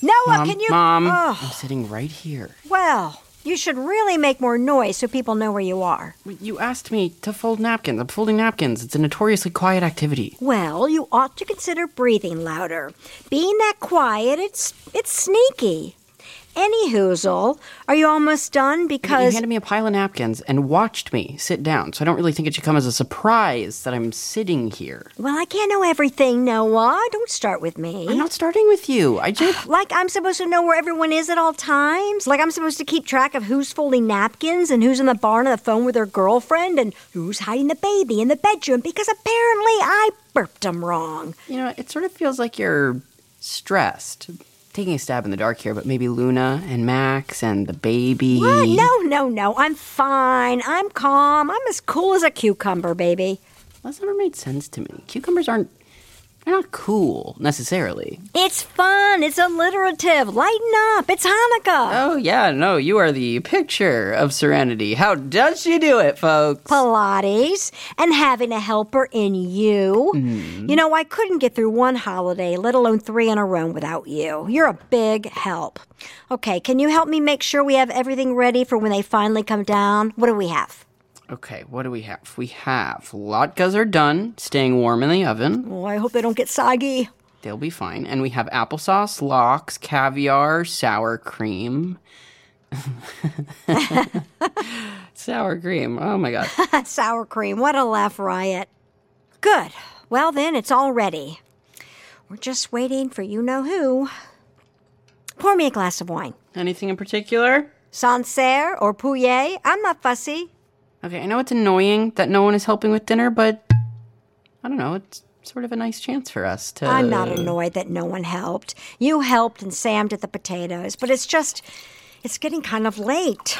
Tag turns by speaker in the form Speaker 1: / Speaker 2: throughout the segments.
Speaker 1: Noah,
Speaker 2: Mom,
Speaker 1: can you?
Speaker 2: Mom,
Speaker 1: Ugh.
Speaker 2: I'm sitting right here.
Speaker 1: Well, you should really make more noise so people know where you are.
Speaker 2: Wait, You asked me to fold napkins. I'm folding napkins. It's a notoriously quiet activity.
Speaker 1: Well, you ought to consider breathing louder. Being that quiet, it's it's sneaky. Any hoozle, are you almost done?
Speaker 2: You
Speaker 1: Because
Speaker 2: handed me a pile of napkins and watched me sit down, so I don't really think it should come as a surprise that I'm sitting here.
Speaker 1: well, I can't know everything, Noah. Don't start with me.
Speaker 2: I'm not starting with you. I just.
Speaker 1: Like I'm supposed to know where everyone is at all times? Like I'm supposed to keep track of who's folding napkins and who's in the barn on the phone with their girlfriend and who's hiding the baby in the bedroom because apparently I burped 'em wrong.
Speaker 2: You know, it sort of feels like you're stressed. Taking a stab in the dark here, but maybe Luna and Max and the baby.
Speaker 1: What? No, no, no. I'm fine. I'm calm. I'm as cool as a cucumber, baby.
Speaker 2: That's never made sense to me. Cucumbers aren't. They're not cool, necessarily.
Speaker 1: It's fun. It's alliterative. Lighten up. It's Hanukkah.
Speaker 2: Oh, yeah, no, you are the picture of serenity. How does she do it, folks?
Speaker 1: Pilates and having a helper in you. You know, I couldn't get through one holiday, let alone three in a row, without you. You're a big help. Okay, can you help me make sure we have everything ready for when they finally come down? What do we have?
Speaker 2: Okay, what do we have? We have latkes are done, staying warm in the oven.
Speaker 1: Oh, I hope they don't get soggy.
Speaker 2: They'll be fine. And we have applesauce, lox, caviar, sour cream. sour cream. Oh my god.
Speaker 1: sour cream. What a laugh riot. Good. Well, then it's all ready. We're just waiting for you know who. Pour me a glass of wine.
Speaker 2: Anything in particular?
Speaker 1: Sancerre or Pouillet, I'm not fussy.
Speaker 2: Okay, I know it's annoying that no one is helping with dinner, but I don't know, it's sort of a nice chance for us to
Speaker 1: I'm not annoyed that no one helped. You helped and Sam did the potatoes, but it's just, it's getting kind of late.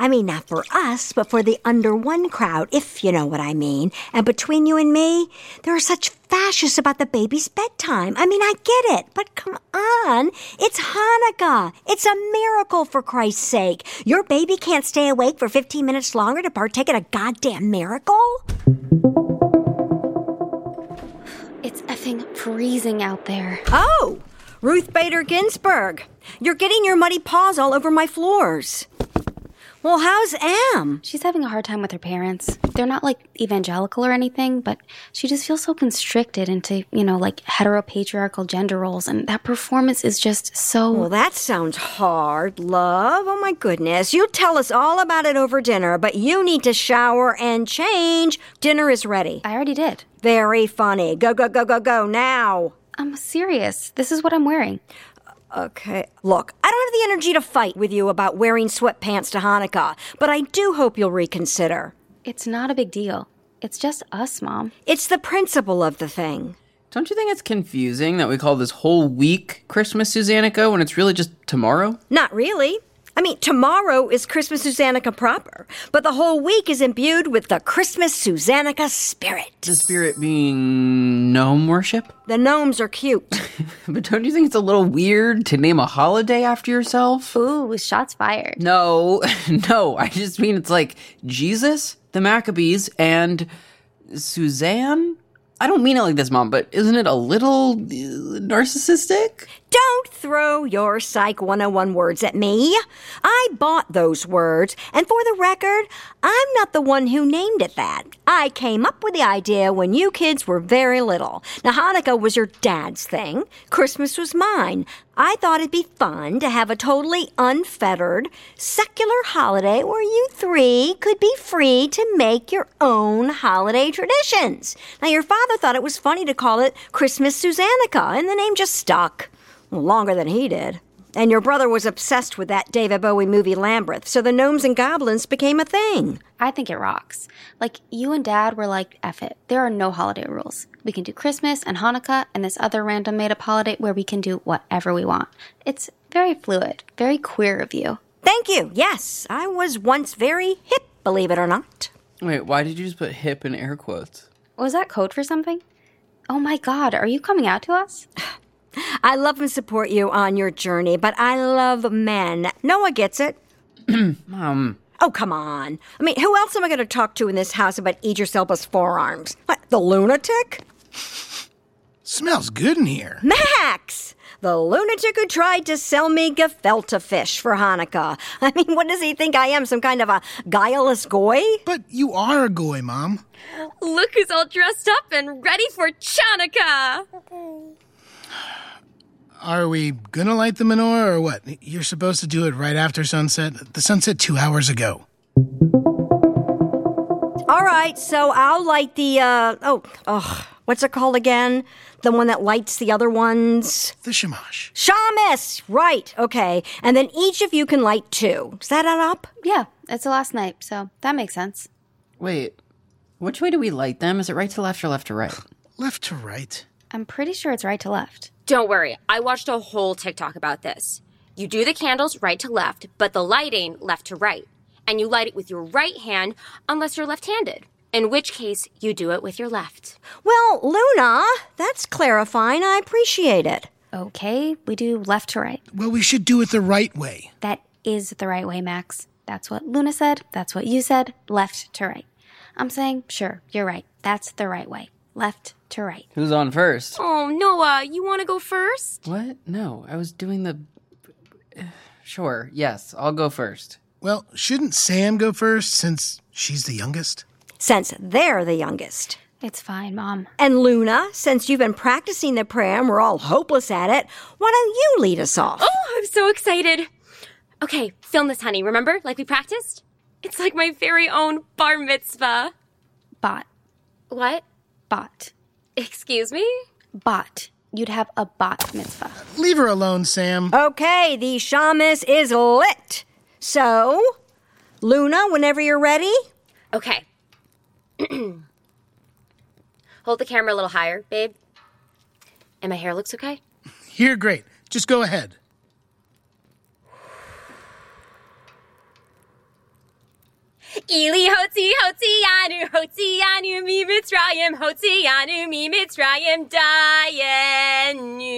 Speaker 1: I mean, not for us, but for the under one crowd, if you know what I mean. And between you and me, there are such fascists about the baby's bedtime. I mean, I get it, but come on. It's Hanukkah. It's a miracle, for Christ's sake. Your baby can't stay awake for 15 minutes longer to partake in a goddamn miracle?
Speaker 3: It's effing freezing out there.
Speaker 1: Oh, Ruth Bader Ginsburg. You're getting your muddy paws all over my floors. Well, how's Am?
Speaker 3: She's having a hard time with her parents. They're not like evangelical or anything, but she just feels so constricted into, you know, like heteropatriarchal gender roles. And that performance is just so.
Speaker 1: Well, that sounds hard, love. Oh my goodness. You'll tell us all about it over dinner, but you need to shower and change. Dinner is ready.
Speaker 3: I already did.
Speaker 1: Very funny. Go, go, go, go, go now.
Speaker 3: I'm serious. This is what I'm wearing.
Speaker 1: Okay. Look, I don't have the energy to fight with you about wearing sweatpants to Hanukkah, but I do hope you'll reconsider.
Speaker 3: It's not a big deal. It's just us, Mom.
Speaker 1: It's the principle of the thing.
Speaker 2: Don't you think it's confusing that we call this whole week Christmas Susanica when it's really just tomorrow?
Speaker 1: Not really. I mean, tomorrow is Christmas Susanica proper, but the whole week is imbued with the Christmas Susanica spirit.
Speaker 2: The spirit being gnome worship?
Speaker 1: The gnomes are cute.
Speaker 2: But don't you think it's a little weird to name a holiday after yourself?
Speaker 3: Ooh, shots fired.
Speaker 2: No, no, I just mean it's like Jesus, the Maccabees, and Suzanne? I don't mean it like this, Mom, but isn't it a little uh, narcissistic?
Speaker 1: Don't throw your Psych 101 words at me. I bought those words, and for the record, I'm not the one who named it that. I came up with the idea when you kids were very little. Now, Hanukkah was your dad's thing, Christmas was mine. I thought it'd be fun to have a totally unfettered, secular holiday where you three could be free to make your own holiday traditions. Now, your father thought it was funny to call it Christmas Susanica, and the name just stuck longer than he did. And your brother was obsessed with that David Bowie movie Lambeth, so the gnomes and goblins became a thing.
Speaker 3: I think it rocks. Like, you and Dad were like, F it. There are no holiday rules. We can do Christmas and Hanukkah and this other random made up holiday where we can do whatever we want. It's very fluid, very queer of you.
Speaker 1: Thank you. Yes, I was once very hip, believe it or not.
Speaker 2: Wait, why did you just put hip in air quotes?
Speaker 3: Was that code for something? Oh my god, are you coming out to us?
Speaker 1: I love and support you on your journey, but I love men. Noah gets it.
Speaker 2: Mom,
Speaker 1: Oh, come on. I mean, who else am I going to talk to in this house about Idris Elba's forearms? What, the lunatic?
Speaker 4: Smells good in here.
Speaker 1: Max! The lunatic who tried to sell me gefilte fish for Hanukkah. I mean, what does he think I am? Some kind of a guileless goy?
Speaker 4: But you are a goy, Mom.
Speaker 5: Look who's all dressed up and ready for Chanukah!
Speaker 4: Are we gonna light the menorah or what? You're supposed to do it right after sunset. The sun set two hours ago.
Speaker 1: All right, so I'll light the, uh, oh, oh, what's it called again? The one that lights the other ones?
Speaker 4: The shamash.
Speaker 1: Shamus! Right, okay. And then each of you can light two. Does that add up?
Speaker 3: Yeah, it's the last night, so that makes sense.
Speaker 2: Wait, which way do we light them? Is it right to left or left to right?
Speaker 4: Left to right.
Speaker 3: I'm pretty sure it's right to left.
Speaker 5: Don't worry, I watched a whole TikTok about this. You do the candles right to left, but the lighting left to right. And you light it with your right hand unless you're left handed, in which case you do it with your left.
Speaker 1: Well, Luna, that's clarifying. I appreciate it.
Speaker 3: Okay, we do left to right.
Speaker 4: Well, we should do it the right way.
Speaker 3: That is the right way, Max. That's what Luna said. That's what you said. Left to right. I'm saying, sure, you're right. That's the right way. Left to right.
Speaker 2: Who's on first?
Speaker 5: Oh, Noah, you want to go first?
Speaker 2: What? No, I was doing the. Sure, yes, I'll go first.
Speaker 4: Well, shouldn't Sam go first since she's the youngest?
Speaker 1: Since they're the youngest.
Speaker 3: It's fine, Mom.
Speaker 1: And Luna, since you've been practicing the prayer and we're all hopeless at it, why don't you lead us off?
Speaker 5: Oh, I'm so excited. Okay, film this, honey. Remember, like we practiced? It's like my very own bar mitzvah.
Speaker 3: Bot.
Speaker 5: What?
Speaker 3: Bot.
Speaker 5: Excuse me?
Speaker 3: Bot. You'd have a bot mitzvah.
Speaker 4: Leave her alone, Sam.
Speaker 1: Okay, the shamus is lit. So, Luna, whenever you're ready.
Speaker 5: Okay. Hold the camera a little higher, babe. And my hair looks okay?
Speaker 4: You're great. Just go ahead.
Speaker 5: Eli hotzi hotzianu hotzianu mi mitzrayim hotzianu mi mitzrayim dayenu.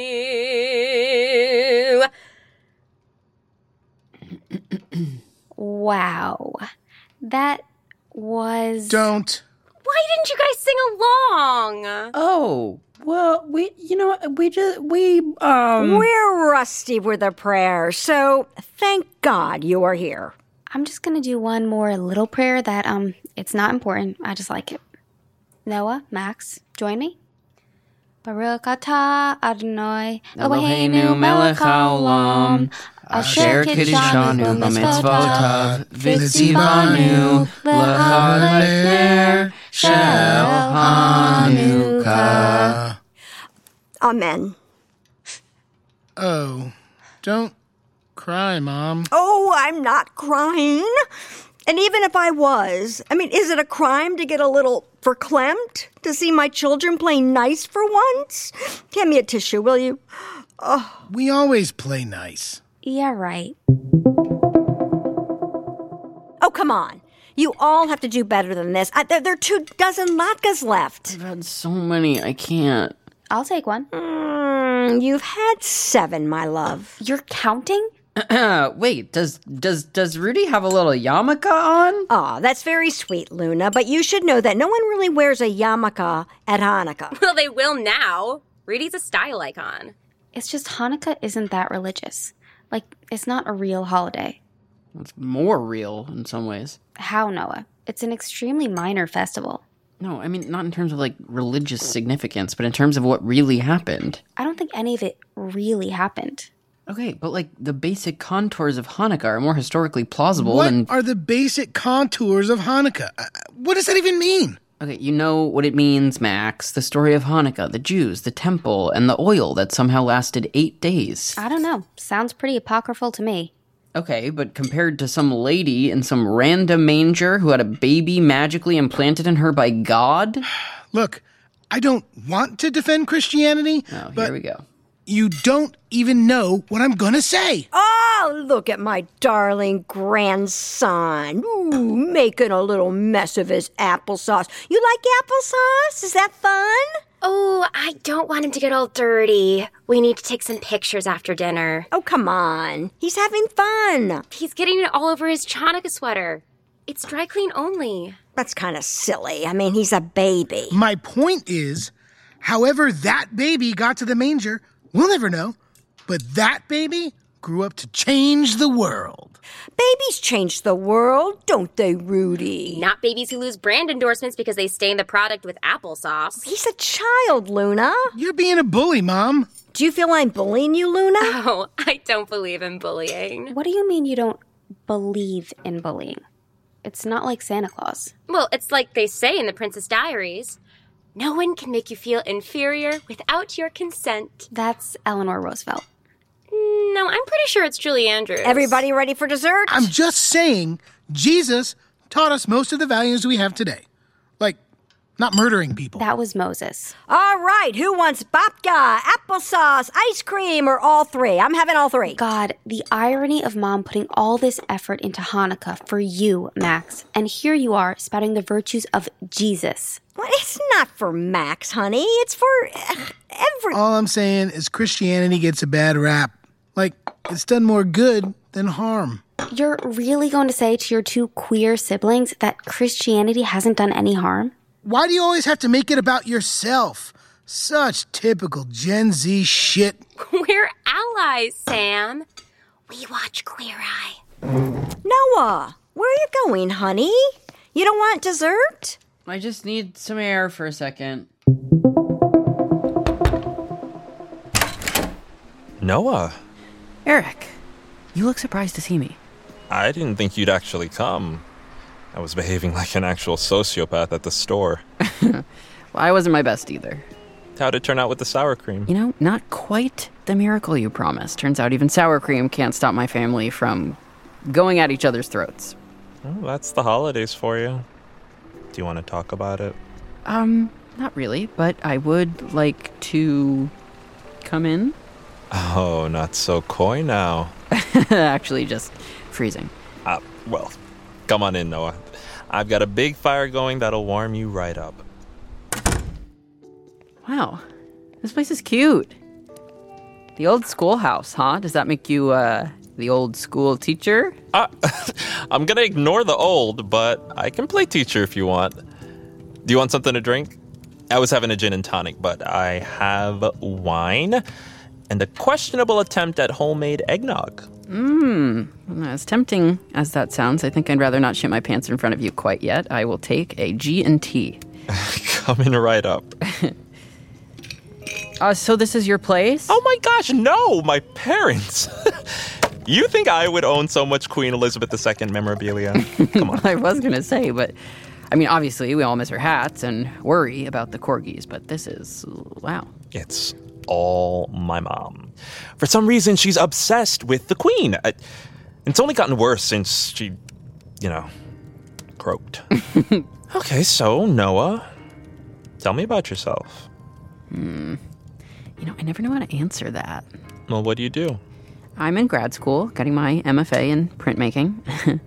Speaker 3: Wow. That was.
Speaker 4: Don't.
Speaker 5: Why didn't you guys sing along?
Speaker 2: Oh, well, we, you know, what, we just, we, um.
Speaker 1: We're rusty with a prayer, so thank God you are here.
Speaker 3: I'm just gonna do one more little prayer that um it's not important. I just like it. Noah, Max, join me. Baruch atah Adonai
Speaker 2: Eloheinu melech haolam,
Speaker 3: asher
Speaker 2: asher
Speaker 3: kiddushanu
Speaker 2: kiddushanu b'mitzvotav,
Speaker 3: b'mitzvotav, v'tzivanu
Speaker 2: v'tzivanu
Speaker 3: l'ha'olam
Speaker 2: l'ha'oler shel Hanukkah.
Speaker 1: Amen.
Speaker 4: Oh, don't cry, Mom.
Speaker 1: Oh, I'm not crying. And even if I was, I mean, is it a crime to get a little verklempt to see my children play nice for once? Hand me a tissue, will you?
Speaker 4: We always play nice.
Speaker 3: Yeah, right.
Speaker 1: Oh, come on. You all have to do better than this. I, there, there are two dozen latkes left.
Speaker 2: I've had so many, I can't.
Speaker 3: I'll take one.
Speaker 1: Mm, you've had seven, my love.
Speaker 3: You're counting?
Speaker 2: Uh, wait, does, does, does Rudy have a little yarmulke on?
Speaker 1: Aw, that's very sweet, Luna, but you should know that no one really wears a yarmulke at Hanukkah.
Speaker 5: Well, they will now. Rudy's a style icon.
Speaker 3: It's just Hanukkah isn't that religious. Like it's not a real holiday.
Speaker 2: It's more real in some ways.
Speaker 3: How, Noah? It's an extremely minor festival.
Speaker 2: No, I mean, not in terms of like religious significance, but in terms of what really happened.
Speaker 3: I don't think any of it really happened.
Speaker 2: Okay, but like the basic contours of Hanukkah are more historically plausible
Speaker 4: What
Speaker 2: than.
Speaker 4: are the basic contours of Hanukkah? Uh, What does that even mean?
Speaker 2: Okay, you know what it means, Max. The story of Hanukkah, the Jews, the temple, and the oil that somehow lasted eight days.
Speaker 3: I don't know. Sounds pretty apocryphal to me.
Speaker 2: Okay, but compared to some lady in some random manger who had a baby magically implanted in her by God?
Speaker 4: Look, I don't want to defend Christianity,
Speaker 2: Oh,
Speaker 4: but
Speaker 2: here we go.
Speaker 4: you don't even know what I'm gonna say.
Speaker 1: Oh, look at my darling grandson. Ooh, making a little mess of his applesauce. You like applesauce? Is that fun?
Speaker 5: Oh, I don't want him to get all dirty. We need to take some pictures after dinner.
Speaker 1: Oh, come on. He's having fun.
Speaker 5: He's getting it all over his Chanukah sweater. It's dry clean only.
Speaker 1: That's kind of silly. I mean, he's a baby.
Speaker 4: My point is, However, that baby got to the manger, we'll never know. But that baby grew up to change the world.
Speaker 1: Babies change the world, don't they, Rudy?
Speaker 5: Not babies who lose brand endorsements because they stain the product with applesauce.
Speaker 1: He's a child, Luna.
Speaker 4: You're being a bully, Mom.
Speaker 1: Do you feel I'm bullying you, Luna?
Speaker 5: Oh, I don't believe in bullying.
Speaker 3: What do you mean you don't believe in bullying? It's not like Santa Claus.
Speaker 5: Well, it's like they say in the Princess Diaries no one can make you feel inferior without your consent.
Speaker 3: That's Eleanor Roosevelt.
Speaker 5: No, I'm pretty sure it's Julie Andrews.
Speaker 1: Everybody ready for dessert?
Speaker 4: I'm just saying, Jesus taught us most of the values we have today. Like, not murdering people.
Speaker 3: That was Moses.
Speaker 1: All right, who wants babka, applesauce, ice cream, or all three? I'm having all three.
Speaker 3: God, the irony of mom putting all this effort into Hanukkah for you, Max, and here you are spouting the virtues of Jesus.
Speaker 1: Well, it's not for Max, honey. It's for uh, every.
Speaker 4: All I'm saying is Christianity gets a bad rap. Like, it's done more good than harm.
Speaker 3: You're really going to say to your two queer siblings that Christianity hasn't done any harm?
Speaker 4: Why do you always have to make it about yourself? Such typical Gen Z shit.
Speaker 5: We're allies, Sam. We watch Queer Eye.
Speaker 1: Noah, where are you going, honey? You don't want dessert?
Speaker 2: I just need some air for a second.
Speaker 6: Noah,
Speaker 2: Eric, you look surprised to see me.
Speaker 6: I didn't think you'd actually come. I was behaving like an actual sociopath at the store.
Speaker 2: Well, I wasn't my best either.
Speaker 6: How'd it turn out with the sour cream?
Speaker 2: You know, not quite the miracle you promised. Turns out even sour cream can't stop my family from going at each other's throats.
Speaker 6: Well, that's the holidays for you. Do you want to talk about it?
Speaker 2: Um, not really, but I would like to come in.
Speaker 6: Oh, not so coy now.
Speaker 2: Actually, just freezing.
Speaker 6: Uh, well, come on in, Noah. I've got a big fire going that'll warm you right up.
Speaker 2: Wow, this place is cute. The old schoolhouse, huh? Does that make you uh, the old school teacher?
Speaker 6: Uh, I'm gonna ignore the old, but I can play teacher if you want. Do you want something to drink? I was having a gin and tonic, but I have wine and a questionable attempt at homemade eggnog.
Speaker 2: As tempting as that sounds, I think I'd rather not shit my pants in front of you quite yet. I will take a G and T.
Speaker 6: Coming right up.
Speaker 2: Uh, so this is your place?
Speaker 6: Oh my gosh, no, my parents. you think I would own so much Queen Elizabeth II memorabilia? Come on.
Speaker 2: I was gonna say, but I mean, obviously we all miss our hats and worry about the corgis, but this is wow.
Speaker 6: It's all my mom. For some reason, she's obsessed with the Queen. I, it's only gotten worse since she, you know, croaked. okay, so, Noah, tell me about yourself.
Speaker 2: You know, I never know how to answer that.
Speaker 6: Well, what do you do?
Speaker 2: I'm in grad school, getting my MFA in printmaking.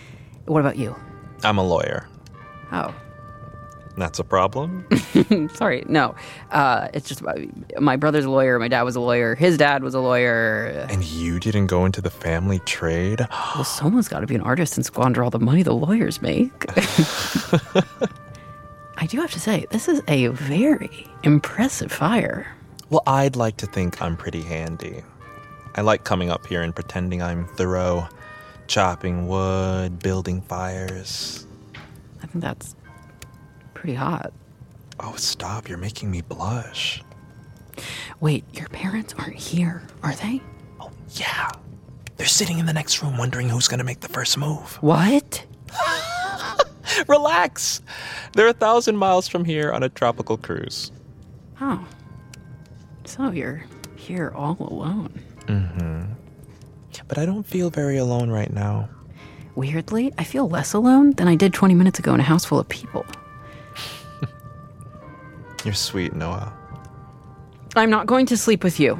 Speaker 2: what about you?
Speaker 6: I'm a lawyer.
Speaker 2: Oh,
Speaker 6: That's a problem?
Speaker 2: sorry. No, uh, it's just uh, my brother's a lawyer. My dad was a lawyer. His dad was a lawyer.
Speaker 6: and you didn't go into the family trade?
Speaker 2: Well, someone's got to be an artist and squander all the money the lawyers make. I do have to say, this is a very impressive fire.
Speaker 6: Well, I'd like to think I'm pretty handy. I like coming up here and pretending I'm thorough, chopping wood, building fires.
Speaker 2: I think that's pretty hot.
Speaker 6: Oh, stop, you're making me blush.
Speaker 2: Wait, your parents aren't here, are they?
Speaker 6: Yeah. They're sitting in the next room wondering who's gonna make the first move.
Speaker 2: What?
Speaker 6: Relax! They're a thousand miles from here on a tropical cruise.
Speaker 2: Oh. So you're here all alone.
Speaker 6: But I don't feel very alone right now.
Speaker 2: Weirdly, I feel less alone than I did 20 minutes ago in a house full of people.
Speaker 6: You're sweet, Noah.
Speaker 2: I'm not going to sleep with you.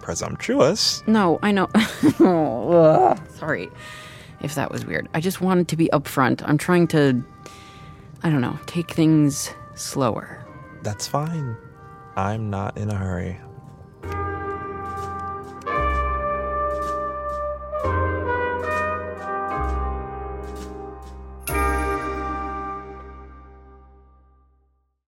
Speaker 6: Presumptuous.
Speaker 2: No, I know. Oh, ugh. Sorry if that was weird. I just wanted to be upfront. I'm trying to, I don't know, take things slower.
Speaker 6: That's fine. I'm not in a hurry.